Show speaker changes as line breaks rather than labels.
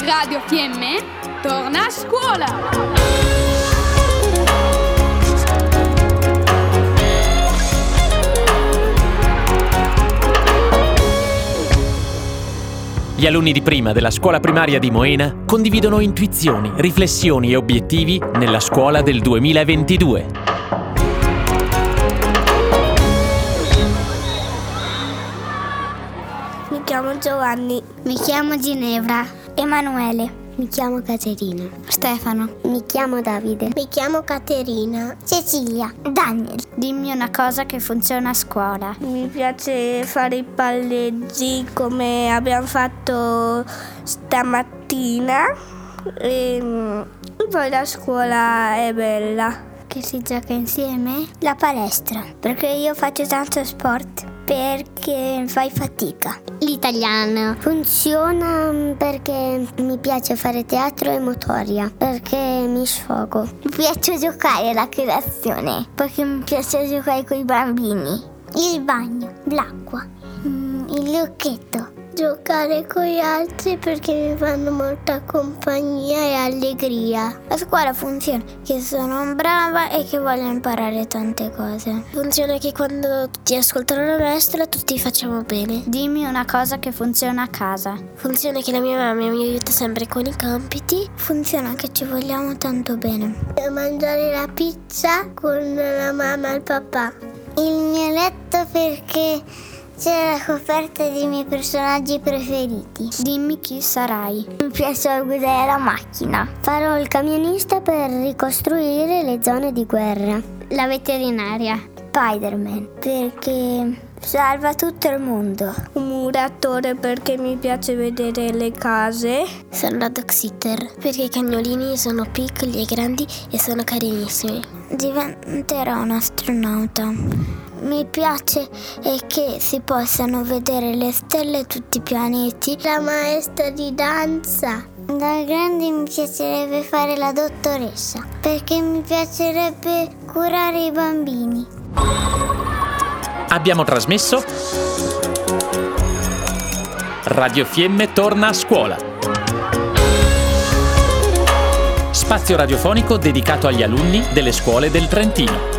Radio Fiemme torna a scuola!
Gli alunni di prima della scuola primaria di Moena condividono intuizioni, riflessioni e obiettivi nella scuola del 2022.
Mi chiamo Giovanni.
Mi chiamo Ginevra.
Emanuele.
Mi chiamo Caterina.
Stefano.
Mi chiamo Davide.
Mi chiamo Caterina.
Cecilia. Daniel.
Dimmi una cosa che funziona a scuola.
Mi piace fare i palleggi come abbiamo fatto stamattina. E poi la scuola è bella.
Che si gioca insieme?
La palestra. Perché io faccio tanto sport perché fai fatica.
L'italiano
funziona perché mi piace fare teatro e motoria, perché mi sfogo.
Mi piace giocare alla creazione, perché mi piace giocare con i bambini.
Il bagno, l'acqua,
mm,
il lucchetto.
Giocare con gli altri perché mi fanno molta compagnia e allegria.
La scuola funziona che sono brava e che voglio imparare tante cose.
Funziona che quando ti ascoltano la maestra tutti facciamo bene.
Dimmi una cosa che funziona a casa.
Funziona che la mia mamma mi aiuta sempre con i compiti.
Funziona che ci vogliamo tanto bene.
Mangiare la pizza con la mamma e il papà.
Il mio letto perché c'è la coperta dei miei personaggi preferiti.
Dimmi chi sarai.
Mi piace guidare la macchina.
Farò il camionista per ricostruire le zone di guerra.
La veterinaria.
Spider-Man perché salva tutto il mondo.
Un muratore perché mi piace vedere le case.
Sono la dog sitter perché i cagnolini sono piccoli e grandi e sono carinissimi.
Diventerò un astronauta
mi piace è che si possano vedere le stelle e tutti i pianeti.
La maestra di danza.
Da grande mi piacerebbe fare la dottoressa, perché mi piacerebbe curare i bambini.
Abbiamo trasmesso Radio Fiemme torna a scuola. Spazio radiofonico dedicato agli alunni delle scuole del Trentino.